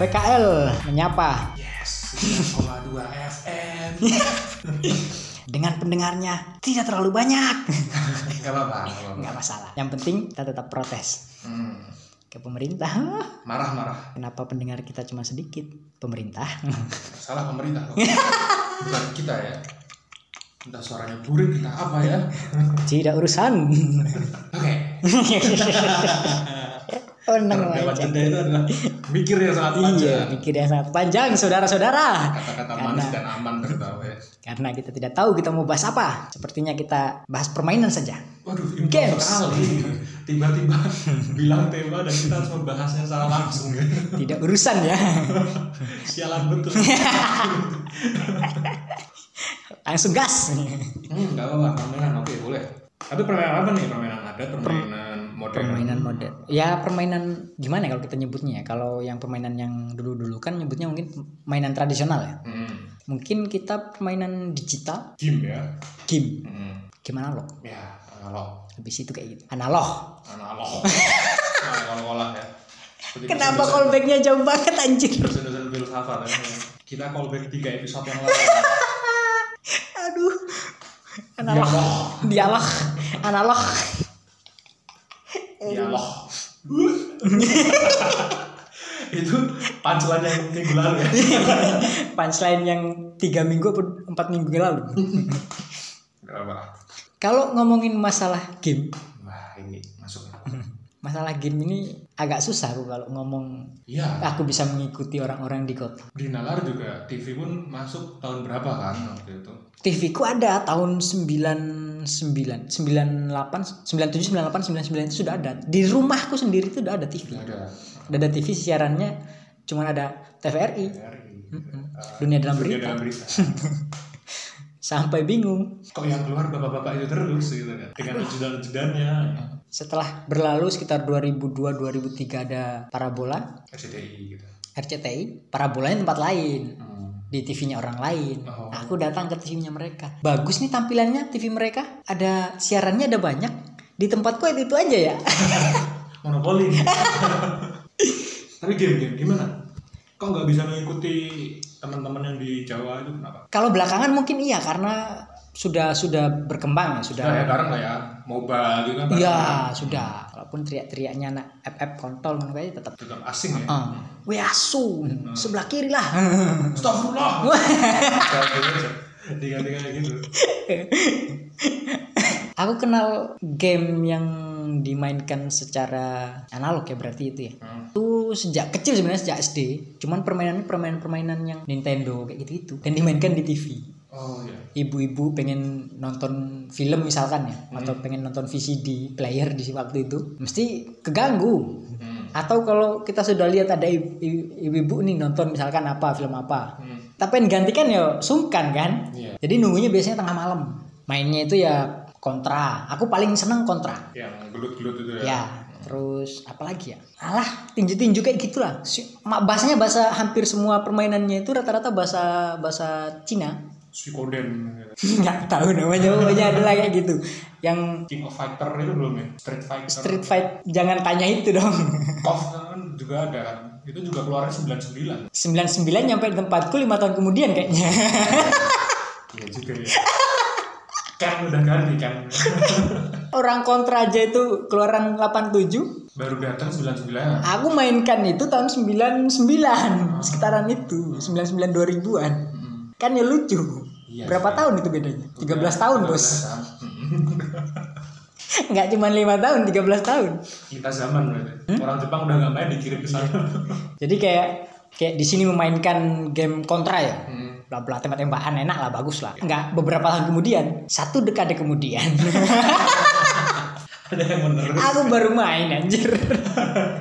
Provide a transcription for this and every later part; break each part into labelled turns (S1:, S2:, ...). S1: PKL menyapa
S2: Yes, 3,2 FM.
S1: dengan pendengarnya tidak terlalu banyak.
S2: Gak apa-apa. gak apa-apa.
S1: Nggak masalah. Yang penting kita tetap protes
S2: Hmm,
S1: ke pemerintah.
S2: Marah-marah.
S1: Kenapa pendengar kita cuma sedikit? Pemerintah.
S2: Salah pemerintah kok. Bukan kita ya. Entah suaranya burik entah apa ya.
S1: tidak urusan.
S2: Oke.
S1: oh, nang
S2: Lewat
S1: wajah.
S2: jeda itu adalah mikir yang sangat
S1: Iya,
S2: panjang.
S1: mikir yang sangat panjang, saudara-saudara.
S2: Kata-kata manis dan aman tertawa ya.
S1: Karena kita tidak tahu kita mau bahas apa. Sepertinya kita bahas permainan saja.
S2: Waduh, ini
S1: Games.
S2: sekali. Tiba-tiba bilang tema dan kita harus membahasnya secara langsung ya.
S1: Tidak urusan ya.
S2: Sialan betul. Hmm,
S1: Langsung gas.
S2: Hmm, gak apa-apa, permainan oke boleh. Tapi permainan apa nih? Permainan adat, permainan modern.
S1: Permainan modern. Ya permainan gimana ya kalau kita nyebutnya ya? Kalau yang permainan yang dulu-dulu kan nyebutnya mungkin mainan tradisional ya.
S2: Hmm,
S1: Mungkin kita permainan digital,
S2: game ya.
S1: game,
S2: Hmm.
S1: game analog.
S2: Ya, analog.
S1: Habis itu kayak gitu. Analog.
S2: Analog. Nah, kalau olah ya. Seperti
S1: Kenapa
S2: dosen-
S1: callbacknya jauh banget anjir?
S2: Dosen-dosen filsafat ya. Kita callback tiga episode yang lalu.
S1: Aduh. Analog. Dialog. Analog. Eh.
S2: Dialog. itu pancelan yang minggu lalu ya.
S1: Punchline yang tiga minggu atau empat minggu yang lalu.
S2: Gak apa-apa.
S1: Kalau ngomongin masalah game,
S2: Wah, ini masuk.
S1: masalah game ini agak susah Bu, kalau ngomong
S2: Iya,
S1: aku bisa mengikuti orang-orang di kota.
S2: di Nalar juga TV pun masuk tahun berapa kan waktu itu?
S1: TV ku ada tahun 99, 98, 97, 98, 99 itu sudah ada. Di rumahku sendiri itu sudah ada TV.
S2: Udah ada
S1: Udah ada TV siarannya cuman ada TVRI.
S2: RRI.
S1: Mm-mm. Dunia dalam
S2: Dunia
S1: berita.
S2: dalam berita.
S1: Sampai bingung.
S2: Kok yang keluar bapak-bapak itu terus gitu kan? Dengan ajudan-ajudannya.
S1: Hmm. Setelah berlalu sekitar 2002 2003 ada Parabola,
S2: SCTI gitu.
S1: RCTI. Parabolanya tempat lain.
S2: Hmm.
S1: di TV-nya orang lain.
S2: Oh.
S1: Aku datang ke TV-nya mereka. Bagus nih tampilannya TV mereka. Ada siarannya ada banyak. Di tempatku itu, itu aja ya.
S2: Monopoli. Tapi game-game gimana? Kok nggak bisa mengikuti teman-teman yang di Jawa itu kenapa?
S1: Kalau belakangan mungkin iya karena sudah sudah berkembang ya sudah.
S2: Nah, ya bareng lah ya. MOBA gitu kan. bareng.
S1: Iya, sudah. Walaupun teriak-teriaknya anak FF kontol kayaknya tetap
S2: Tetap asing ya.
S1: ah, Weh asu,
S2: Hmm.
S1: sebelah kiri lah.
S2: Astagfirullah. Kayak gitu aja. Tiga-tiga kayak gitu.
S1: Aku kenal game yang dimainkan secara analog ya berarti itu ya.
S2: Hmm.
S1: itu sejak kecil sebenarnya sejak SD cuman permainannya permainan-permainan yang Nintendo kayak gitu itu dan dimainkan di TV
S2: Oh iya.
S1: ibu-ibu pengen nonton film misalkan ya atau pengen nonton VCD player di waktu itu mesti keganggu
S2: Hmm.
S1: atau kalau kita sudah lihat ada i- i- ibu-ibu nih nonton misalkan apa film apa
S2: Hmm.
S1: tapi yang gantikan ya sungkan kan
S2: Iya.
S1: jadi nunggunya biasanya tengah malam mainnya itu ya kontra aku paling seneng kontra
S2: Yang gelut-gelut itu ya.
S1: Ya, terus apalagi ya? Alah, tinju-tinju kayak gitulah. Si- ma- Bahasanya bahasa hampir semua permainannya itu rata-rata bahasa bahasa Cina.
S2: Suikoden
S1: Nggak tahu namanya, pokoknya adalah kayak gitu. Yang
S2: King of Fighter itu belum ya Street Fighter
S1: Street Fight jangan tanya itu dong.
S2: KOF kan juga ada kan itu juga keluarnya 99
S1: 99 nyampe di tempatku lima tahun kemudian kayaknya.
S2: iya juga ya kan udah ganti kan
S1: Orang kontra aja itu keluaran 87.
S2: baru datang 99
S1: Aku mainkan itu tahun 99, sekitaran itu, 99 2000-an.
S2: Mm.
S1: Kan ya lucu.
S2: Iya
S1: Berapa
S2: sih.
S1: tahun itu bedanya? 13 tahun, Bos.
S2: 13 tahun. Mm.
S1: nggak cuma lima tahun 13 tahun
S2: kita zaman berarti
S1: Hmm?
S2: orang Jepang udah nggak main dikirim ke sana
S1: jadi kayak kayak di sini memainkan game kontra ya
S2: Mm.
S1: bla bla tembak-tembakan enak lah bagus lah nggak beberapa tahun kemudian satu dekade kemudian
S2: ada yang menerus
S1: aku baru main anjir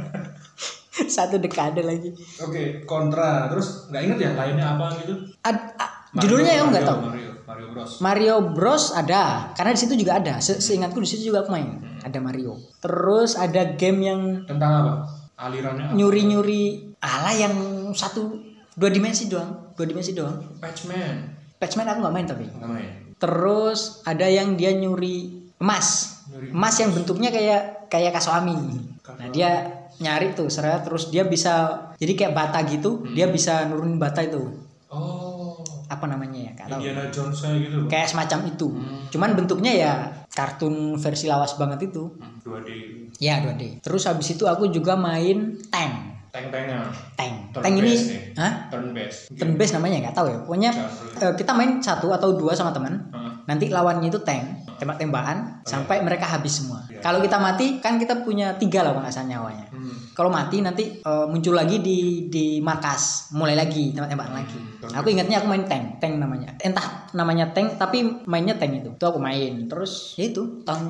S1: satu dekade lagi
S2: oke kontra terus nggak inget ya lainnya apa gitu
S1: Ad- a-
S2: Mario,
S1: judulnya ya aku nggak
S2: Mario,
S1: tahu
S2: Mario Mario Bros
S1: Mario Bros ada karena di situ juga ada Se- seingatku di situ juga aku main
S2: Hmm.
S1: ada Mario terus ada game yang
S2: tentang apa alirannya apa?
S1: nyuri-nyuri ala yang satu dua dimensi doang dua dimensi doang
S2: Patchman
S1: Patchman aku nggak main tapi.
S2: nggak main
S1: Terus ada yang dia nyuri emas.
S2: Nyuri
S1: Emas yang bentuknya kayak kayak kasoami. Nah,
S2: Kasoami.
S1: dia nyari tuh seret terus dia bisa Jadi kayak bata gitu,
S2: Hmm.
S1: dia bisa nurunin bata itu.
S2: Oh,
S1: Apa namanya ya? Gak tahu.
S2: Indiana Jones saya gitu loh.
S1: Kayak semacam itu.
S2: Hmm.
S1: Cuman bentuknya ya kartun versi lawas banget itu.
S2: Hmm, Dua di
S1: Ya 2D. Terus habis itu aku juga main tank.
S2: tank-tanknya.
S1: Tank.
S2: Turn
S1: Tank ini,
S2: based nih. Iya.
S1: hah?
S2: Turn based.
S1: Turn based namanya nggak tahu ya. Pokoknya
S2: Iya.
S1: eh, kita main satu atau dua sama teman. Nanti lawannya itu tank, tembak-tembakan sampai mereka habis semua.
S2: Iya.
S1: Kalau kita mati kan kita punya tiga lah kalau nggak salah nyawanya.
S2: Hmm.
S1: Kalau mati nanti eh, muncul lagi di di markas, mulai lagi tembak-tembakan lagi.
S2: Hmm.
S1: Aku ingatnya aku main tank, tank namanya. Entah namanya tank tapi mainnya tank itu. Itu aku main. Terus ya itu tahun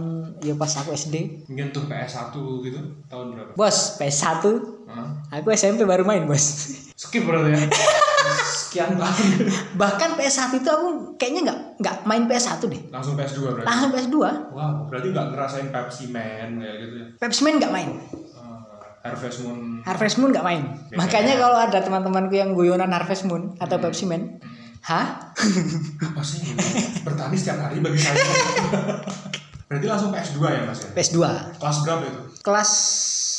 S1: ya pas aku SD.
S2: Mungkin tuh PS1 gitu tahun berapa?
S1: Bos, PS1
S2: Hah?
S1: aku SMP baru main, Bos.
S2: Skip berarti ya. Sekian tahun.
S1: Bahkan PS1 itu aku kayaknya nggak nggak main PS1 deh.
S2: Langsung PS2 berarti.
S1: Langsung PS2.
S2: Wow, berarti nggak ngerasain Pepsi Man kayak gitu ya.
S1: Pepsi Man nggak main.
S2: Ah, Harvest Moon.
S1: Harvest Moon nggak main.
S2: Iya.
S1: Makanya kalau ada teman-temanku yang guyonan Harvest Moon atau
S2: Hmm.
S1: Pepsi Man, hah?
S2: Apa sih ini? Bertani setiap hari bagi saya. berarti langsung PS2 ya mas ya?
S1: PS2.
S2: Kelas berapa itu?
S1: Kelas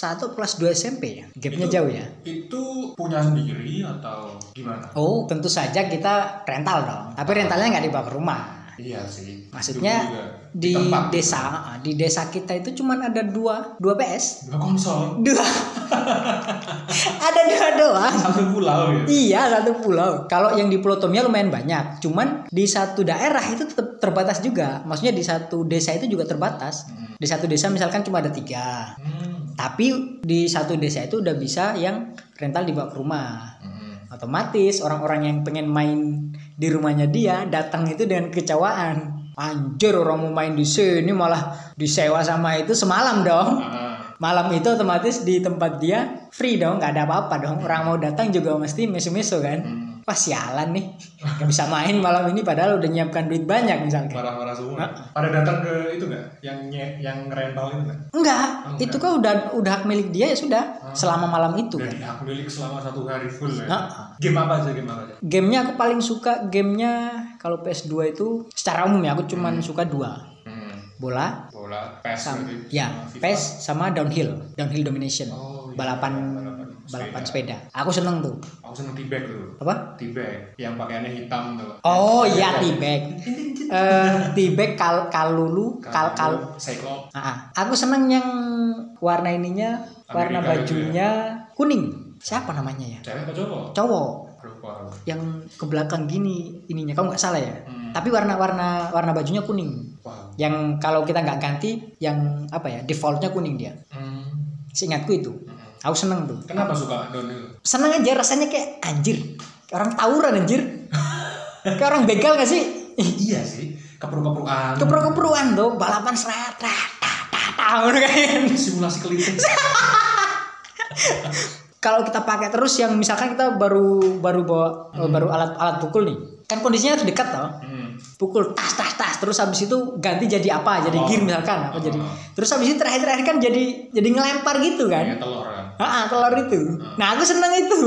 S1: 1 kelas 2 SMP ya. Gapnya
S2: Itu-
S1: jauh ya.
S2: Itu punya sendiri atau gimana?
S1: Oh, tentu saja kita rental dong. Tapi rentalnya nggak dibawa ke rumah.
S2: Iya sih.
S1: Ah. Maksudnya
S2: Itu juga.
S1: di
S2: tempat.
S1: desa di desa kita itu cuman ada dua dua PS
S2: Dua konsol.
S1: dua ada dua doang
S2: Satu pulau ya.
S1: Iya satu pulau. Kalau yang di Pulau Tomia lumayan banyak. Cuman di satu daerah itu tetap terbatas juga. Maksudnya di satu desa itu juga terbatas.
S2: Hmm.
S1: Di satu desa misalkan cuma ada tiga.
S2: Hmm.
S1: Tapi di satu desa itu udah bisa yang rental dibawa ke rumah.
S2: Hmm.
S1: Otomatis orang-orang yang pengen main di rumahnya dia datang itu dengan kecewaan. Anjir orang mau main di sini malah disewa sama itu semalam dong
S2: Ah,
S1: malam itu otomatis di tempat dia free dong nggak ada apa-apa dong orang mau datang juga mesti mesu-mesu kan
S2: hmm.
S1: pas sialan nih nggak bisa main malam ini padahal udah nyiapkan duit banyak misalnya
S2: Marah-marah semua. Pada datang ke itu nggak? Yang nye- yang rental itu nggak?
S1: enggak
S2: Oh,
S1: itu kan udah udah hak milik dia ya
S2: Ah.
S1: sudah selama malam itu kan
S2: Dari hak milik selama satu hari full ya.
S1: Heeh.
S2: Game apa aja game apa aja?
S1: gamenya aku paling suka gamenya kalau PS2 itu secara umum ya aku cuman suka dua
S2: Hmm.
S1: bola
S2: Bola, PES
S1: sama
S2: berarti.
S1: ya
S2: FIFA.
S1: PES sama downhill downhill domination
S2: Oh, iya,
S1: balapan
S2: balapan
S1: balapan sepeda aku seneng tuh
S2: Aku seneng T-bag dulu.
S1: apa
S2: T-bag yang pakaiannya hitam tuh.
S1: Oh iya T-bag. Eh T-bag kal kalulu kal kal
S2: Cyclop.
S1: Ah, ah. aku seneng yang warna ininya, warna
S2: Amerika itu
S1: bajunya kuning. Siapa namanya ya?
S2: Cewek apa cowok?
S1: Cowok
S2: Lupa.
S1: yang ke belakang gini ininya kamu nggak salah ya.
S2: Hmm.
S1: Tapi warna-warna warna bajunya kuning.
S2: Wow.
S1: Yang kalau kita nggak ganti yang apa ya? Defaultnya kuning dia.
S2: Hmm.
S1: Seingatku itu.
S2: Hmm.
S1: Aku seneng tuh.
S2: Kenapa suka downhill?
S1: Seneng aja rasanya kayak anjir. Kayak orang tawuran anjir. kayak orang begal gak sih?
S2: iya sih, keperuk-keperukan.
S1: kepro-keproan Ah. tuh balapan seret dah dah dah dah gitu kan.
S2: Simulasi kelinting.
S1: kalau kita pakai terus yang misalkan kita baru baru bawa eh, baru alat alat pukul nih kan kondisinya harus dekat toh
S2: Hmm.
S1: pukul tas tas tas terus habis itu ganti jadi apa jadi
S2: Oh.
S1: gear misalkan apa
S2: Oh.
S1: jadi terus habis itu terakhir terakhir kan jadi jadi ngelempar gitu kan
S2: Kayak telur kan.
S1: ah ah, telur itu nah aku seneng itu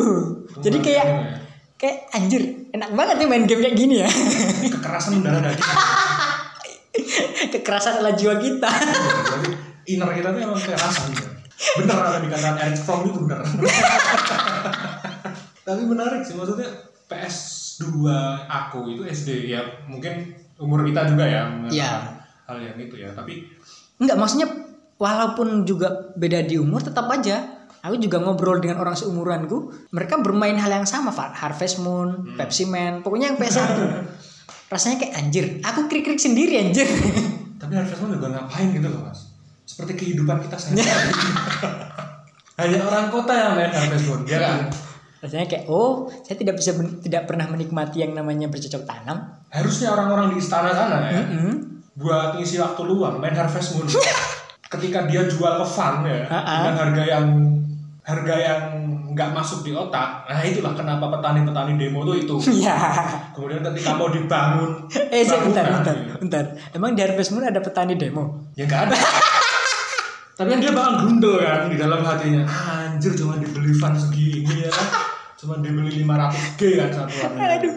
S1: jadi kayak
S2: Gimana ya?
S1: kayak anjir enak banget nih main game kayak gini ya
S2: kekerasan darah daging.
S1: kekerasan adalah jiwa kita
S2: Berarti inner kita tuh emang kekerasan gitu. Bener apa yang dikatakan Eric Fromm itu bener. Tapi menarik sih maksudnya PS2 aku itu SD ya mungkin umur kita juga ya mengatakan
S1: Iya.
S2: hal yang itu ya tapi
S1: Enggak, maksudnya walaupun juga beda di umur tetap aja aku juga ngobrol dengan orang seumuranku, mereka bermain hal yang sama, Far. Harvest Moon,
S2: Hmm.
S1: Pepsi Man, pokoknya yang PS1. Rasanya kayak anjir, aku krik-krik sendiri anjir.
S2: tapi Harvest Moon juga ngapain gitu loh mas seperti kehidupan kita sehari-hari hanya orang kota yang main Harvest Moon ya kan
S1: Rasanya kayak oh, saya tidak bisa ben- tidak pernah menikmati yang namanya bercocok tanam. Hmm?
S2: harusnya orang-orang di istana sana ya
S1: Mm-mm.
S2: buat ngisi waktu luang main Harvest Moon ketika dia jual ke fund ya
S1: Ha-ha.
S2: dengan harga yang harga yang nggak masuk di otak nah itulah kenapa petani-petani demo tuh itu
S1: Iya.
S2: kemudian ketika mau dibangun
S1: eh, sebentar,
S2: bangunan,
S1: bentar,
S2: ya.
S1: bentar. Emang di Harvest Moon ada petani demo?
S2: ya nggak ada tapi kan dia bakal gundel kan di dalam hatinya anjir cuma dibeli fund segini ya cuma dibeli 500 g kan satu warnanya
S1: Aduh.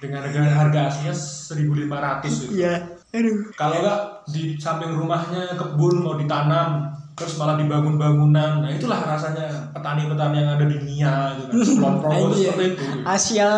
S2: dengan harga harga aslinya 1500 gitu
S1: Iya. Aduh.
S2: kalau nggak di samping rumahnya kebun mau ditanam terus malah dibangun bangunan nah itulah rasanya petani-petani yang ada di Nia gitu kan Kulon Progo itu
S1: Anjir.
S2: seperti itu gitu.
S1: Asia.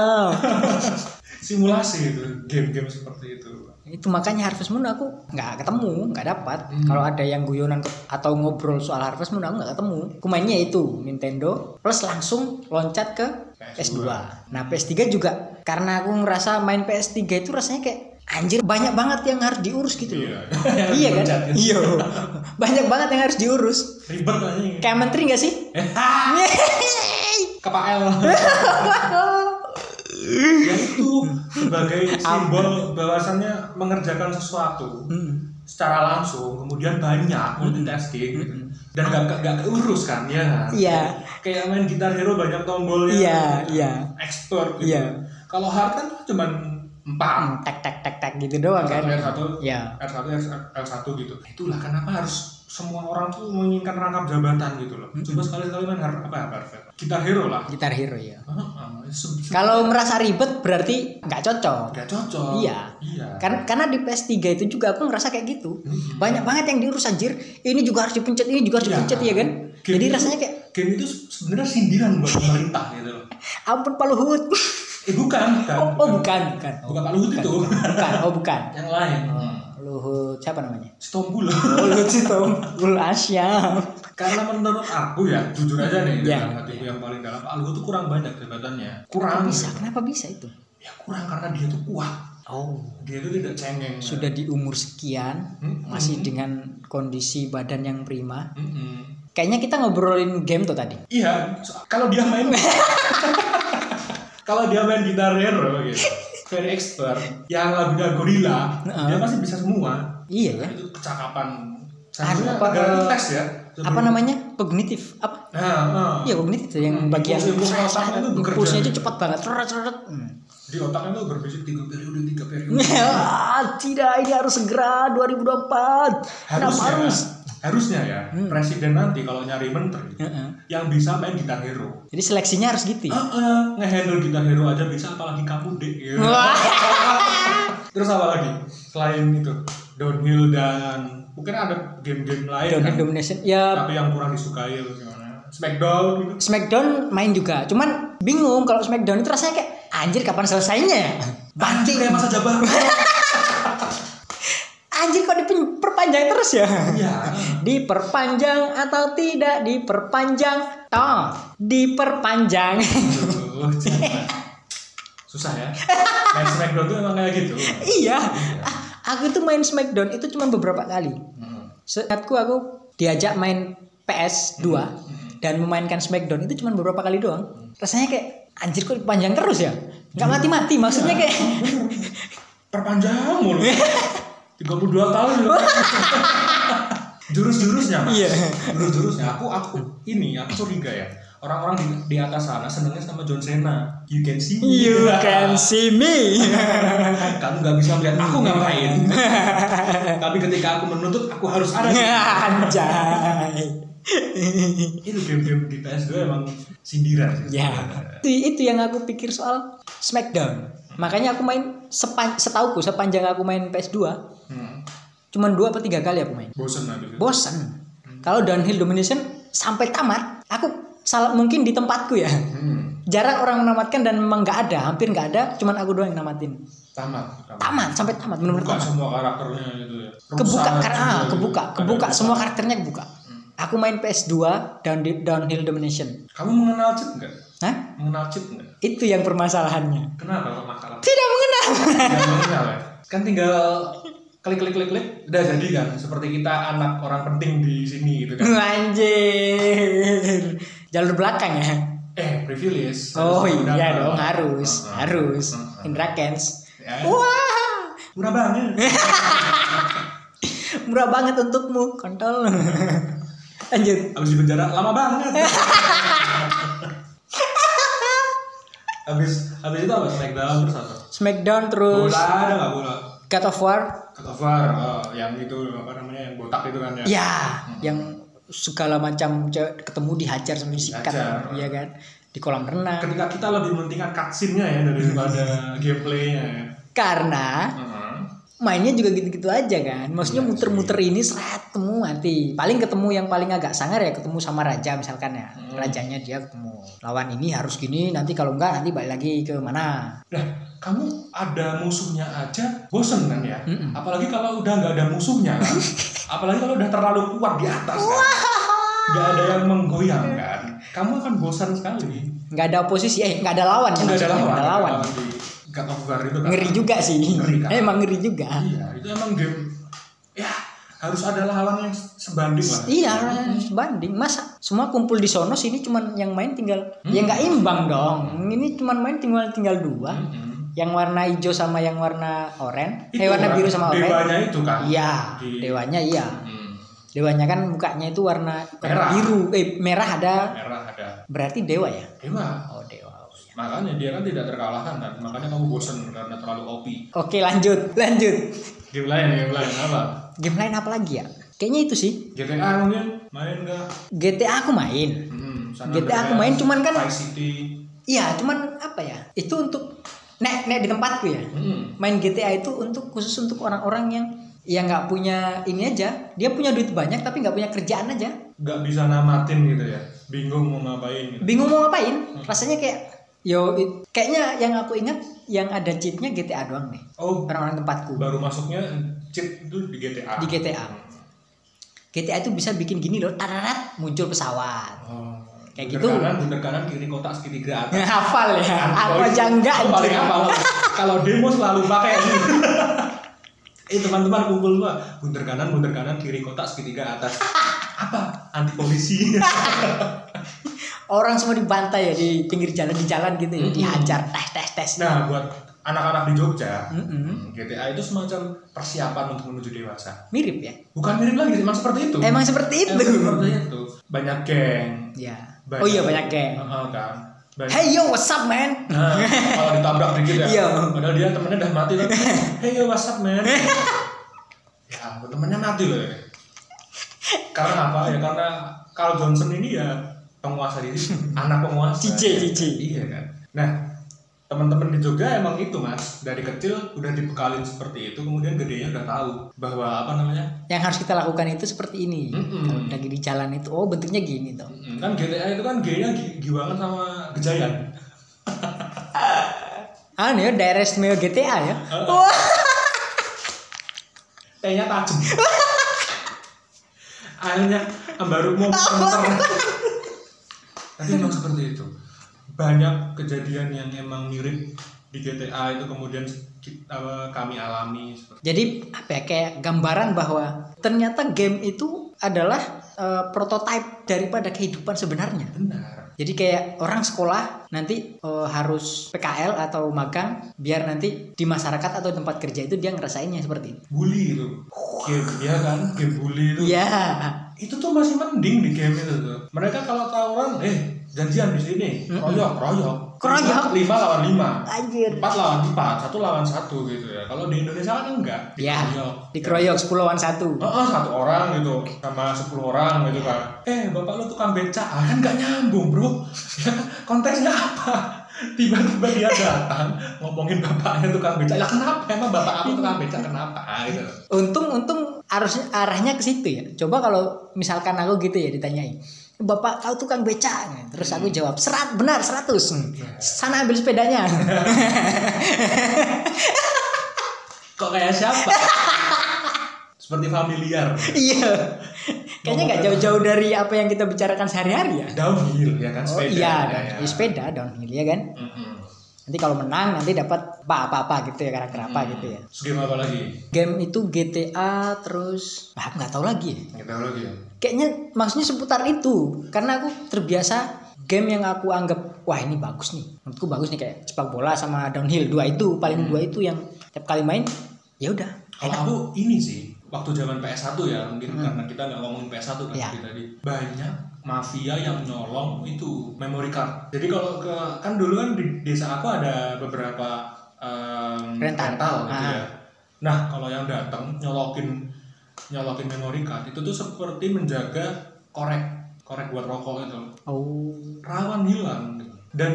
S2: simulasi itu game-game seperti itu
S1: itu makanya Harvest Moon aku nggak ketemu, nggak dapat.
S2: Hmm.
S1: Kalau ada yang guyonan ke- atau ngobrol soal Harvest Moon aku nggak ketemu. Aku mainnya itu Nintendo plus langsung loncat ke PS2.
S2: PS2.
S1: Nah, PS3 juga karena aku ngerasa main PS3 itu rasanya kayak anjir banyak banget yang harus diurus gitu loh.
S2: Yang
S1: iya kan?
S2: loncat gitu. itu.
S1: Iya. banyak banget yang harus diurus.
S2: ribet Ah! anjing
S1: Kayak menteri nggak sih?
S2: kepael ya itu sebagai simbol bahwasannya mengerjakan sesuatu
S1: Hmm.
S2: secara langsung kemudian banyak multitasking gitu. dan gak, gak, gak keurus kan ya kan?
S1: Iya.
S2: kayak main gitar hero banyak tombolnya
S1: Iya,
S2: gitu.
S1: iya.
S2: expert gitu
S1: Iya.
S2: kalau hard kan cuman empat
S1: Tek tek tek tek gitu doang
S2: R1
S1: kan.
S2: R1
S1: Ya.
S2: R1 R1 gitu itulah kenapa harus semua orang tuh menginginkan rangkap jabatan gitu loh coba sekali-sekali main hard apa hard gitar hero lah
S1: Gitar Hero ya.
S2: Heeh, se- se-
S1: Kalau merasa ribet berarti nggak cocok.
S2: nggak cocok
S1: Iya.
S2: iya
S1: Kan karena di PS3 itu juga aku ngerasa kayak gitu.
S2: Mhm.
S1: Banyak banget yang diurus anjir. Ini juga harus dipencet, ini juga harus
S2: Iya.
S1: dipencet ya kan.
S2: Game
S1: Jadi
S2: itu-
S1: rasanya kayak
S2: game itu sebenarnya sindiran buat pemerintah gitu loh
S1: ampun Pak Luhut.
S2: eh bukan bukan
S1: oh, oh, bukan, bukan. Oh,
S2: bukan Pak Luhut itu
S1: bukan. Oh, bukan.
S2: yang lain
S1: Luhut siapa namanya?
S2: Sitompul
S1: Oh, Luhut Sito. Luhut Asyam.
S2: karena menurut aku ya jujur aja nih
S1: Iya.
S2: dalam hatiku yang paling dalam Pak Luhut tuh kurang banyak jabatannya kurang
S1: Bisa, kenapa bisa itu?
S2: ya kurang karena dia tuh kuat
S1: Oh, Hmm.
S2: dia tuh tidak cengeng
S1: sudah di umur sekian
S2: Mhm.
S1: masih dengan kondisi badan yang prima.
S2: Mm-mm.
S1: Kayaknya kita ngobrolin game tuh tadi.
S2: iya so- kalau dia main kalau dia main gitar hero gitu very expert yang lagunya gorila
S1: Heeh.
S2: dia pasti bisa semua
S1: Iya ya.
S2: Nah, itu kecakapan seharusnya
S1: apa-
S2: negara tes ya
S1: Apa namanya? Kognitif. Apa?
S2: nah, nah.
S1: Iya kognitif tuh yang
S2: Hmm,
S1: bagian
S2: impuls- impuls otaknya itu bekerja.
S1: impulsnya itu cepat banget. Ceret, ceret. Hmm.
S2: di otaknya tuh berbisik tiga periode tiga periode
S1: Ah, Tidak, ini harus segera 2024. Kenapa
S2: harusnya
S1: harus? Hmm.
S2: harusnya ya presiden nanti kalau nyari menteri
S1: Heeh.
S2: yang bisa main gitar hero
S1: Jadi seleksinya harus gitu.
S2: Heeh,
S1: ya?
S2: ngehandle gitar hero aja bisa apalagi kamu dek gitu.
S1: Wah.
S2: terus apa lagi selain itu downhill dan mungkin ada game-game lain
S1: Downhill
S2: kan
S1: domination. Ya
S2: tapi yang kurang disukai atau gimana smackdown gitu
S1: Smackdown main juga. Cuman bingung kalau Smackdown itu rasanya kayak anjir kapan selesainya ya?
S2: banting kayak masa jabatan
S1: Anjir kok diperpanjang terus ya?
S2: iya
S1: Diperpanjang atau tidak diperpanjang? Toh, diperpanjang.
S2: Aduh, jangan. susah ya main smackdown tuh emang kayak gitu
S1: iya. Ah, aku tuh main Smackdown itu cuma beberapa kali.
S2: Hmm.
S1: Seingatku aku diajak main PS2 dan memainkan Smackdown itu cuma beberapa kali doang. Rasanya kayak anjir kok panjang terus ya? Gak mati-mati maksudnya kayak
S2: perpanjang mulu 32 tahun loh jurus-jurusnya mas
S1: Iya.
S2: jurus-jurusnya aku aku ini aku curiga ya orang-orang di, di atas sana senengnya sama John Cena you can see me
S1: you can see me.
S2: kamu nggak bisa melihat aku ngapain tapi ketika aku menuntut aku harus ada
S1: Iya. Anjay.
S2: itu game-game di PS2 emang sindiran sih
S1: Ya. Itu, itu yang aku pikir soal Smackdown. Makanya aku main sepan, setauku sepanjang aku main PS2
S2: hmm.
S1: cuman dua apa tiga kali aku main.
S2: bosen abis itu
S1: bosen kalau downhill domination sampai tamat aku salah mungkin di tempatku ya
S2: hmm.
S1: jarang orang menamatkan dan memang nggak ada hampir nggak ada cuman aku doang yang namatin
S2: tamat tamat
S1: tamat sampai tamat benar-benar
S2: kebuka
S1: tamat
S2: semua karakternya gitu ya
S1: kebuka
S2: Rusak
S1: karena
S2: semua
S1: ah,
S2: gitu.
S1: kebuka
S2: Ada
S1: kebuka
S2: rusak.
S1: semua karakternya kebuka aku main PS2 down downhill domination
S2: kamu mengenal cheat nggak
S1: Hah?
S2: mengenal cheat nggak
S1: itu yang permasalahannya
S2: Kenapa kok masalah?
S1: tidak mengenal
S2: Nggak mengenal ya? Kan tinggal klik klik klik klik udah jadi kan seperti kita anak orang penting di sini gitu kan.
S1: anjir jalur belakang ya
S2: Eh, privilege.
S1: oh
S2: Harus
S1: iya
S2: menggunakan.
S1: dong harus
S2: Heeh.
S1: harus
S2: Heeh.
S1: Indra Kens
S2: Ya.
S1: wah
S2: Murah banget.
S1: murah banget untukmu kontol lanjut
S2: Habis di penjara lama banget. habis habis itu apa? Smackdown terus apa?
S1: Smackdown terus
S2: Bola ada nggak bola?
S1: God of War
S2: Cover, oh, yang itu apa namanya yang botak itu kan ya?
S1: ya yang segala macam cewek ketemu dihajar sama disikat
S2: Dihajar.
S1: iya kan di kolam renang
S2: Ketika kita lebih mementingkan cutscene-nya ya daripada gameplaynya ya.
S1: karena
S2: Heeh.
S1: mainnya juga gitu-gitu aja kan maksudnya
S2: Iya
S1: muter-muter ini seret ketemu mati paling ketemu yang paling agak sangar ya ketemu sama raja misalkan ya
S2: Hmm.
S1: rajanya dia ketemu lawan ini harus gini nanti kalau enggak nanti balik lagi ke mana
S2: Nah, kamu ada musuhnya aja bosen kan ya?
S1: Mm-mm.
S2: Apalagi kalau udah nggak ada musuhnya kan? Apalagi kalau udah terlalu kuat di atas kan? Nggak ada yang menggoyang kan? Kamu akan bosan sekali.
S1: nggak ada oposisi eh nggak ada lawan ya
S2: Nggak ada
S1: maksudnya,
S2: lawan.
S1: nggak ada lawan
S2: di God of War itu kan?
S1: ngeri juga sih
S2: Ngeri kan?
S1: emang ngeri juga
S2: Iya, itu emang game. Ya, harus ada lawan yang sebanding lah.
S1: iya banding masa semua kumpul di sono sini cuman yang main tinggal
S2: Hmm.
S1: ya nggak imbang dong ini cuman main tinggal tinggal dua
S2: Mm-mm.
S1: yang warna hijau sama yang warna oranye
S2: Itu
S1: eh warna
S2: kan,
S1: biru sama oranye
S2: Dewanya itu kan?
S1: iya
S2: Di-
S1: dewanya iya
S2: Mm,
S1: dewanya kan mukanya itu warna
S2: Merah.
S1: biru eh merah ada
S2: Merah ada.
S1: berarti dewa ya
S2: Dewa.
S1: oh dewa
S2: Makanya dia kan tidak terkalahkan kan? Makanya kamu bosan karena terlalu OP.
S1: oke lanjut lanjut
S2: Game lain, game lain apa?
S1: game lain apa lagi ya kayaknya itu sih
S2: GTA mungkin main nggak?
S1: GTA aku main
S2: Hmm, San
S1: GTA aku
S2: Andreas,
S1: main, cuman kan-
S2: Vice City.
S1: Iya, cuman apa ya? Itu untuk nek nek di tempatku ya.
S2: Hmm.
S1: Main GTA itu untuk khusus untuk orang-orang yang yang nggak punya ini aja. Dia punya duit banyak tapi nggak punya kerjaan aja.
S2: Nggak bisa namatin gitu ya. Bingung mau ngapain gitu.
S1: Bingung mau ngapain? Rasanya kayak yo it- kayaknya yang aku ingat yang ada cheatnya GTA doang nih.
S2: Oh,
S1: Orang-orang tempatku
S2: baru masuknya cheat itu di GTA.
S1: di GTA. GTA itu bisa bikin gini loh, tararat muncul pesawat.
S2: Oh.
S1: Kayak
S2: Bundar
S1: gitu.
S2: Kanan, bundar kanan, kiri kotak, segitiga atas.
S1: Hafal ya, aku aja enggak.
S2: Aku paling
S1: anjir.
S2: hafal. Kalau demo selalu pakai. Eh teman-teman kumpul gua, bundar kanan, bundar kanan, kiri kotak, segitiga atas. Apa? Anti polisi.
S1: Orang semua dibantai ya di pinggir jalan di jalan gitu ya,
S2: Mm-mm.
S1: dihajar tes tes tes.
S2: Nah, buat anak-anak di Jogja,
S1: Mm-mm.
S2: GTA itu semacam persiapan untuk menuju dewasa.
S1: Mirip ya.
S2: Bukan mirip lagi, emang seperti itu.
S1: Emang seperti itu.
S2: Emang seperti itu. Banyak geng.
S1: Ya. Oh iya banyak geng.
S2: Heeh, kan. Banyak-
S1: Hey yo, what's up man?
S2: Nah, kalau ditabrak dikit ya.
S1: Iya.
S2: Padahal dia temennya udah mati tapi hey yo what's up man. ya, ampun, temennya mati loh ini. Karena apa? Ya karena Carl Johnson ini ya penguasa di sini, anak penguasa.
S1: Cici, cici.
S2: Iya kan. Nah, teman-teman di Jogja emang itu mas dari kecil udah dibekalin seperti itu kemudian gedenya udah tahu bahwa apa namanya
S1: Yang harus kita lakukan itu seperti ini.
S2: Mm-mm.
S1: Kalau lagi di jalan itu, oh bentuknya gini tuh.
S2: Mm, kan GTA itu kan G-nya gi- giwangan sama gejayan
S1: Anu ya, daerah istimewa GTA ya. Wah,
S2: T-nya tajam. A-nya baru mau muter. Tapi emang seperti itu. Banyak kejadian yang emang mirip di GTA itu kemudian ki- apa, kami alami seperti
S1: Jadi apa ya kayak gambaran bahwa ternyata game itu adalah eh, prototipe daripada kehidupan sebenarnya.
S2: benar.
S1: Jadi kayak orang sekolah nanti eh, harus PKL atau magang biar nanti di masyarakat atau tempat kerja itu dia ngerasainnya seperti itu.
S2: Bully itu. Game ya kan, game bully itu.
S1: Iya.
S2: Itu tuh masih mending di game itu tuh. Mereka kalau tawuran, eh janjian di sini,
S1: Mm-mm.
S2: royok, royok.
S1: Keroyok.
S2: Lima lawan lima.
S1: Anjir.
S2: Empat lawan empat, satu lawan satu gitu ya. Kalau di Indonesia kan enggak.
S1: Ya,
S2: Dikeroyok.
S1: dikeroyok 10 lawan 1.
S2: Oh, oh, satu orang gitu sama sepuluh orang gitu kan eh bapak lu tukang becak Ah, kan nggak nyambung bro Ya, konteksnya apa tiba-tiba dia datang ngomongin bapaknya tukang becak lah kenapa emang bapak aku tukang becak kenapa Ah, gitu
S1: Untung-untung harusnya arahnya ke situ ya. Coba kalau misalkan aku gitu ya ditanyain. Bapak kau tukang becak. Terus
S2: Hmm.
S1: aku jawab, serat benar 100. Sana ambil sepedanya.
S2: kok kayak siapa seperti familiar
S1: iya. Kayaknya nggak jauh-jauh dari apa yang kita bicarakan sehari-hari ya.
S2: downhill ya kan
S1: Oh
S2: sepeda
S1: iya,
S2: ya, ya.
S1: downhill, sepeda downhill ya kan.
S2: Mm-mm.
S1: Nanti kalau menang nanti dapat apa-apa gitu ya karakter apa gitu ya.
S2: Terus game apa lagi
S1: Game itu GTA terus ah, aku nggak tahu lagi ya.
S2: nggak tahu lagi ya
S1: kayaknya maksudnya seputar itu karena aku terbiasa game yang aku anggap wah ini bagus nih menurutku bagus nih kayak sepak bola sama downhill dua itu
S2: Hmm.
S1: paling dua itu yang tiap kali main ya udah
S2: Kalau aku ini sih waktu zaman PS1 ya mungkin
S1: Hmm.
S2: karena kita nggak ngomongin PS1 kan
S1: Iya.
S2: kita tadi banyak mafia yang nyolong itu memory card. Jadi kalau ke kan dulu kan di desa aku ada beberapa em,
S1: Rental.
S2: gitu
S1: Ah.
S2: ya. Nah kalau yang datang nyolokin nyolokin memory card itu tuh seperti menjaga korek korek buat rokok itu
S1: oh
S2: rawan hilang gitu. dan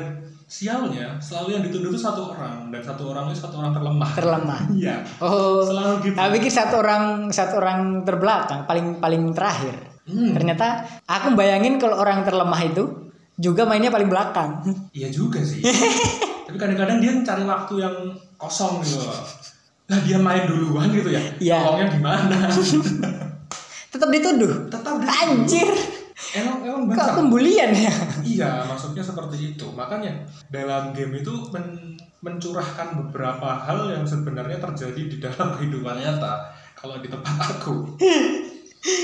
S2: sialnya selalu yang dituduh itu satu orang dan satu orang itu satu orang terlemah
S1: Terlemah.
S2: iya
S1: Oh,
S2: selalu gitu
S1: aku pikir satu orang satu orang terbelakang paling paling terakhir.
S2: Hmm,
S1: Ternyata aku bayangin kalau orang terlemah itu juga mainnya paling belakang.
S2: iya juga sih tapi kadang-kadang dia cari waktu yang kosong gitu loh lah dia main duluan gitu ya
S1: Iya.
S2: Tolongnya gimana
S1: Tetap dituduh.
S2: tetap dia
S1: Anjir.
S2: emang emang
S1: Kok
S2: benar
S1: pembulian ya?
S2: iya maksudnya seperti itu makanya dalam game itu men- mencurahkan beberapa hal yang sebenarnya terjadi di dalam kehidupan nyata kalau di tempat aku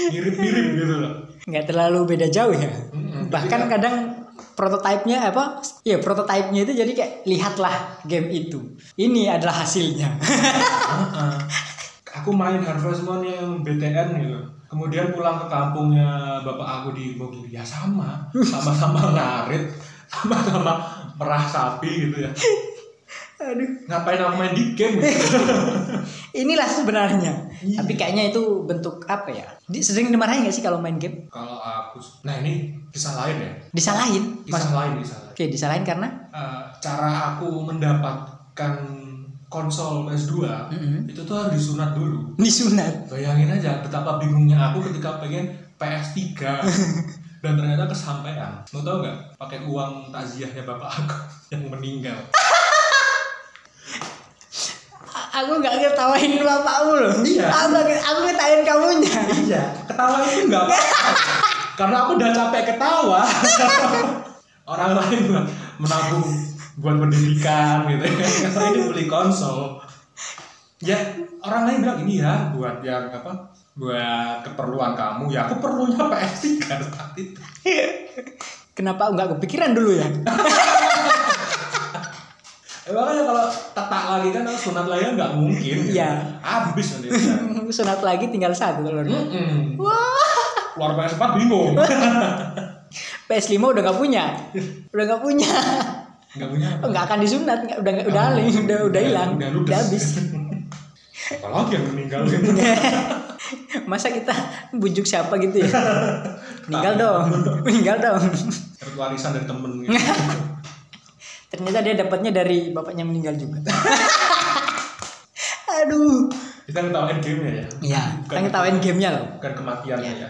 S2: mirip-mirip gitu loh
S1: Nggak terlalu beda jauh ya.
S2: Mm-mm. Iya.
S1: Bahkan
S2: Jadi,
S1: kadang prototipenya apa? Ya prototipenya itu jadi kayak lihatlah game itu. Ini adalah hasilnya.
S2: uh-uh. aku main Harvest Moon yang BTN gitu kemudian pulang ke kampungnya bapak aku di Bogor ya sama sama-sama ngarit sama-sama merah sapi gitu ya
S1: Aduh.
S2: ngapain aku main di game gitu
S1: Inilah sebenarnya.
S2: Iya.
S1: Tapi kayaknya itu bentuk apa ya? Di- Sering dimarahin nggak sih kalau main game?
S2: kalau aku nah ini kisah lain ya
S1: Disalahin. Mas,
S2: kisah lain kisah lain
S1: oke, disalahin karena
S2: Eh, cara aku mendapatkan konsol PS2
S1: Mm-mm.
S2: itu tuh harus disunat dulu
S1: disunat.
S2: bayangin aja betapa bingungnya aku ketika pengen PS3 dan ternyata kesampaian mau tau nggak pakai uang takziahnya bapak aku yang meninggal
S1: A- Aku nggak ketawain bapakmu loh.
S2: Iya.
S1: Aku, aku ketawain kamunya.
S2: iya ketawa itu nggak apa-apa. karena aku udah capek ketawa orang lain mah menabung buat pendidikan gitu kalau ini beli konsol ya orang lain bilang ini ya buat yang apa buat keperluan kamu ya aku perlunya PS3 saat itu
S1: Kenapa nggak kepikiran dulu ya?
S2: eh, makanya kalau tata lagi kan harus sunat lagi kan nggak mungkin gitu.
S1: Iya.
S2: habis nanti
S1: sunat lagi tinggal satu kalau
S2: Hmm.
S1: udah.
S2: Mm-mm.
S1: Wah,
S2: keluar PS4 bingung
S1: PS5 udah nggak punya. Udah nggak punya.
S2: nggak punya apa.
S1: Oh, Nggak akan disunat, nggak- udah nggak- udah alih, udah udah hilang,
S2: udah,
S1: udah,
S2: ludes.
S1: habis.
S2: apalagi yang meninggal gitu
S1: Masa kita bujuk siapa gitu ya? Meninggal dong. Meninggal dong.
S2: dapat warisan dari temen gitu.
S1: Ternyata dia dapatnya dari bapaknya meninggal juga. Aduh.
S2: kita ngetawain game ya
S1: Ya, kita ngetawain gamenya loh.
S2: bukan
S1: Iya.
S2: kematiannya ya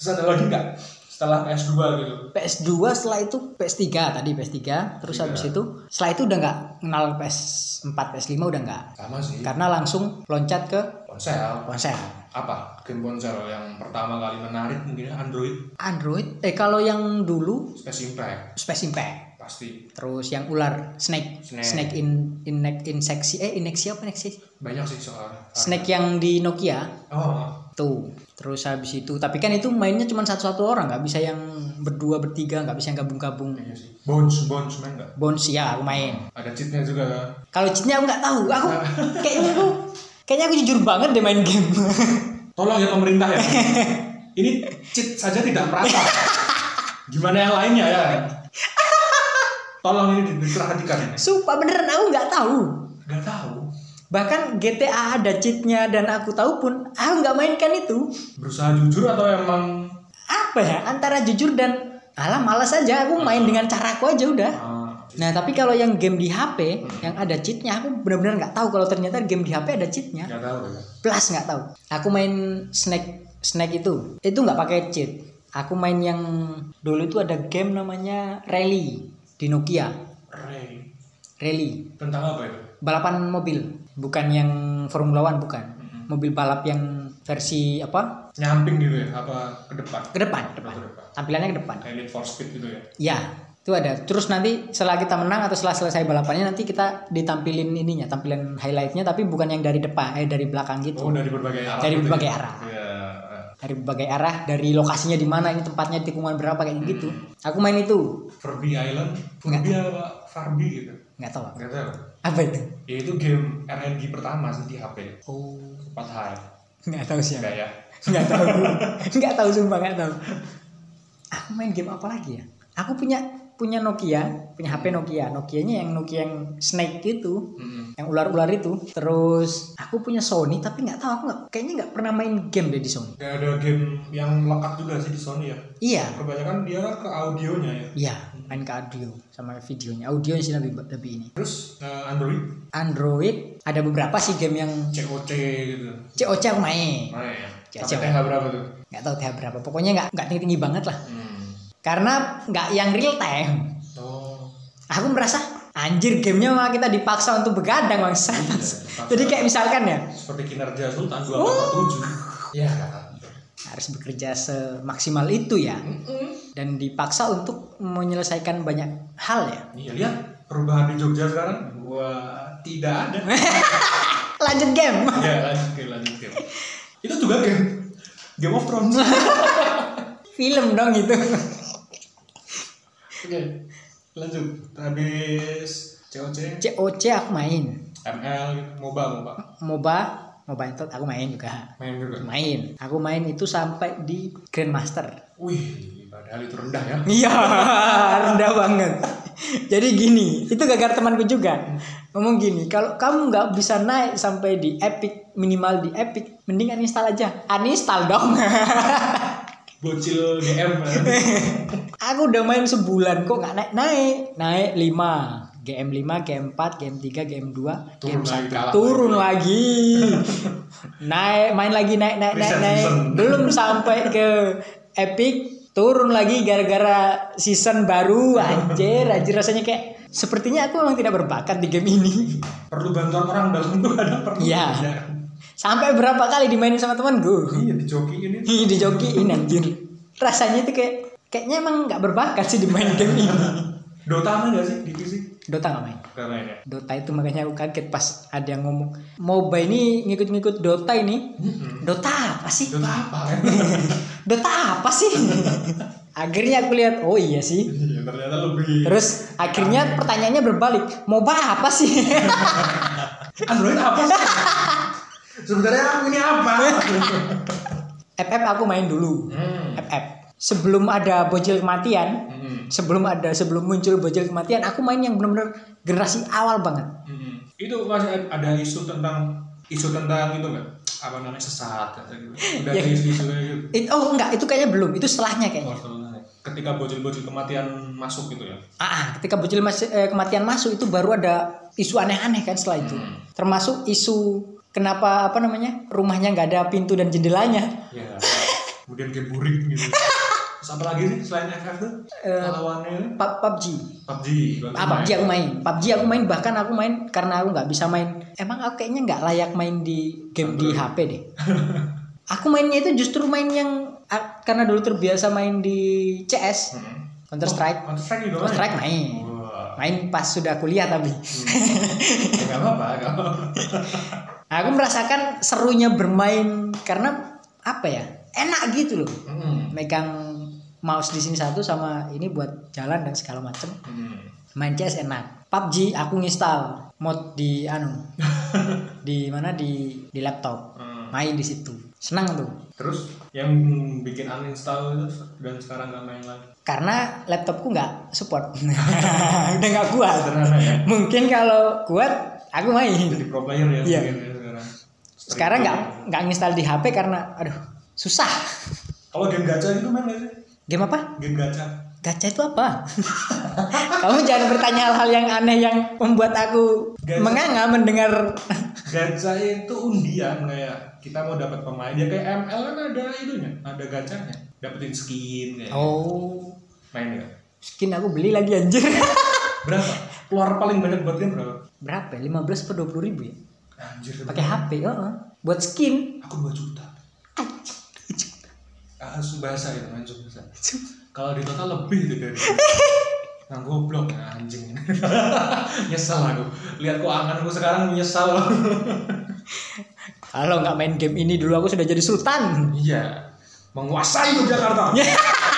S2: terus ada lagi nggak setelah PS2 gitu
S1: PS2 setelah itu PS3 tadi PS3 terus
S2: Iya.
S1: habis itu setelah itu udah nggak kenal PS4 PS5 udah nggak
S2: sama sih
S1: karena langsung loncat ke
S2: ponsel
S1: ponsel
S2: apa game ponsel yang pertama kali menarik mungkin ya, Android
S1: Android eh kalau yang dulu
S2: Space Impact
S1: Space Impact
S2: pasti
S1: terus yang ular snake
S2: Snake.
S1: snake, in in inseksi eh ineksi apa ineksi
S2: banyak sih soalnya
S1: snake yang di Nokia
S2: oh
S1: tuh terus habis itu tapi kan itu mainnya cuma satu-satu orang nggak bisa yang berdua bertiga nggak bisa yang gabung-gabung
S2: iya sih Bones Bones main nggak
S1: bounce ya aku main
S2: ada cheatnya juga kan
S1: Kalau cheatnya aku nggak tahu. Aku kayaknya aku kayaknya aku jujur banget deh main game.
S2: tolong ya pemerintah ya ini cheat saja tidak merata gimana yang lainnya ya tolong ini diperhatikan
S1: Sumpah beneran aku nggak tahu.
S2: nggak tahu
S1: Bahkan GTA ada cheatnya dan aku tahu pun aku nggak mainkan itu.
S2: berusaha jujur atau emang
S1: Apa ya antara jujur dan alah malas aja aku main dengan caraku aja udah.
S2: ah,
S1: Nah tapi kalau yang game di HP yang ada cheatnya aku benar-benar nggak tahu kalau ternyata game di HP ada cheatnya.
S2: nggak tahu ya
S1: Plus nggak tahu. Aku main snack snack itu itu nggak pakai cheat. Aku main yang dulu itu ada game namanya Rally di Nokia.
S2: Ray
S1: Rally
S2: tentang apa itu
S1: balapan mobil bukan yang Formula One bukan mobil balap yang versi apa
S2: nyamping gitu ya apa ke depan
S1: ke depan
S2: Ke
S1: depan
S2: depan.
S1: tampilannya ke depan
S2: Elite for speed gitu ya
S1: ya itu ada terus nanti setelah kita menang atau setelah selesai balapannya nanti kita ditampilin ininya tampilan highlightnya tapi bukan yang dari depan eh dari belakang gitu
S2: oh dari berbagai arah
S1: Dari
S2: gitu
S1: berbagai
S2: ya?
S1: arah.
S2: Iya.
S1: dari berbagai arah dari lokasinya di mana ini tempatnya tikungan berapa kayak gitu aku main itu
S2: Furby Island Furby apa Furby gitu
S1: nggak tahu aku.
S2: nggak tahu
S1: apa itu
S2: ya itu game RNG pertama sih di HP
S1: oh
S2: empat hal
S1: nggak tahu sih aku.
S2: enggak ya
S1: nggak tahu nggak tahu sumpah nggak tahu aku main game apa lagi ya aku punya punya Nokia, punya HP Nokia. Nokianya yang Nokia yang Snake itu,
S2: Mm-mm.
S1: yang ular-ular itu. Terus aku punya Sony tapi nggak tahu aku nggak kayaknya nggak pernah main game deh di Sony.
S2: Kayak ada game yang lekat juga sih di Sony ya.
S1: Iya,
S2: Kebanyakan dia kan ke audionya ya.
S1: iya main ke audio sama videonya. Audio sih lebih lebih ini.
S2: Terus eh, Android,
S1: Android ada beberapa sih game yang
S2: COC gitu.
S1: COC aku main.
S2: Mana ya?
S1: COC.
S2: Sampai TH berapa tuh?
S1: Nggak tahu tiap berapa. Pokoknya nggak nggak tinggi tinggi banget lah.
S2: Hmm.
S1: Karena nggak yang real time.
S2: Oh.
S1: aku merasa anjir gamenya mah kita dipaksa untuk begadang bangsa
S2: dipaksa.
S1: jadi kayak misalkan ya
S2: Seperti kinerja Sultan 247. Iya.
S1: harus bekerja semaksimal itu ya dan dipaksa untuk menyelesaikan banyak hal ya
S2: Iya, lihat perubahan di Jogja sekarang. Wah, tidak ada.
S1: lanjut game
S2: ya, lanjut game, lanjut game. Itu juga game. Game of Thrones.
S1: film dong itu
S2: Oke, lanjut. Habis COC,
S1: COC aku main
S2: ML, gitu. MOBA, MOBA.
S1: MOBA MOBA itu aku main juga
S2: Main juga.
S1: main aku main itu sampai di Grandmaster
S2: Wih, padahal itu rendah ya.
S1: Iya, rendah banget. Jadi gini, itu gagal temanku juga. Ngomong gini, kalau kamu nggak bisa naik sampai di epic, minimal di epic, mendingan install aja. Uninstall dong.
S2: Bocil DM.
S1: Aku udah main sebulan kok nggak naik-naik. Naik 5. GM 5, GM 4, GM 3, GM 2,
S2: Turun
S1: GM
S2: lagi,
S1: 1.
S2: kalah.
S1: Turun lagi. naik, main lagi naik naik naik
S2: Reason,
S1: naik.
S2: reason.
S1: Belum sampai ke epic turun lagi gara-gara season baru anjir anjir rasanya kayak sepertinya aku memang tidak berbakat di game ini
S2: perlu bantuan orang dalam tuh ada perlu.
S1: Iya. sampai berapa kali dimainin sama temanku
S2: Iya, di joki ini.
S1: Ih, dijokiin anjir rasanya itu kayak kayaknya emang nggak berbakat sih di main game ini
S2: Dota ada nggak sih di PC?
S1: Dota nggak main
S2: Gak main ya.
S1: Dota itu makanya aku kaget pas ada yang ngomong MOBA ini ngikut-ngikut Dota ini Dota apa sih?
S2: Dota apa kan?
S1: Dota apa sih? akhirnya aku lihat oh iya sih
S2: Iya, ternyata lebih.
S1: terus akhirnya pertanyaannya berbalik MOBA apa sih?
S2: Android apa sih? Sebenarnya aku ini apa?
S1: FF aku main dulu
S2: Hmm.
S1: FF sebelum ada bocil kematian
S2: Hmm.
S1: sebelum ada sebelum muncul bocil kematian aku main yang benar-benar generasi awal banget
S2: Hmm. Itu masih ada isu tentang isu tentang itu nggak? Apa namanya sesat? kata gitu. Udah ada
S1: Iya.
S2: isu-isu kayak gitu.
S1: It- oh enggak itu kayaknya belum itu setelahnya kayaknya
S2: Oh, sebenarnya. Ketika bocil-bocil kematian masuk gitu ya.
S1: Ah, ah, ketika bocil mas- eh, kematian masuk itu baru ada isu aneh-aneh kan setelah itu.
S2: Hmm.
S1: Termasuk isu kenapa apa namanya? rumahnya nggak ada pintu dan jendelanya.
S2: Iya. Kemudian kayak burik gitu. Terus apa lagi sih selain FF tuh?
S1: Eh,
S2: Lawannya
S1: Pub- PUBG.
S2: PUBG. berarti
S1: Ah,
S2: main.
S1: PUBG aku main. PUBG aku main bahkan aku main karena aku nggak bisa main. Emang aku kayaknya nggak layak main di game di HP deh. aku mainnya itu justru main yang ah, karena dulu terbiasa main di CS,
S2: Hmm.
S1: Counter Strike.
S2: Oh, Counter Strike juga
S1: Counter Strike main.
S2: Wah.
S1: Main pas sudah kuliah tapi.
S2: Ya, nggak apa-apa, nggak apa-apa.
S1: Nah, aku merasakan serunya bermain karena apa ya? Enak gitu loh.
S2: Hmm.
S1: Megang mouse di sini satu sama ini buat jalan dan segala macem.
S2: Hmm.
S1: Main CS enak. PUBG aku nginstal mod di anu. di mana di di laptop.
S2: Hmm.
S1: Main di situ. Senang tuh.
S2: Terus yang bikin uninstall itu dan sekarang nggak main lagi.
S1: Karena laptopku nggak support. Udah nggak kuat.
S2: Sederhana ya.
S1: Mungkin kalau kuat aku main.
S2: Jadi pro player ya
S1: Iya.
S2: mungkin ya sekarang.
S1: Sekarang nggak nggak nginstal di HP karena aduh susah.
S2: Kalau game gacha itu main nggak sih?
S1: Game apa?
S2: Game gacha.
S1: Gacha itu apa? Kamu jangan bertanya hal-hal yang aneh yang membuat aku
S2: Gacha.
S1: menganga mendengar.
S2: Gacha itu undian kayak kita mau dapat pemain ya kayak ML kan ada itunya, ada gacanya. Dapetin skin kayak.
S1: Oh,
S2: Main nggak?
S1: skin aku beli lagi anjir.
S2: Berapa? Keluar paling banyak buat game berapa?
S1: Berapa? ya? 15 per 20 ribu ya?
S2: Anjir.
S1: Pakai HP, heeh. Buat skin.
S2: Aku 2 juta. Ah, subasa itu main subasa. Kalau di total lebih itu dari itu. Nah, goblok nah, anjing. nyesal aku. Lihat keuanganku sekarang nyesal.
S1: Kalau nggak main game ini dulu aku sudah jadi sultan.
S2: Iya. Menguasai Yogyakarta.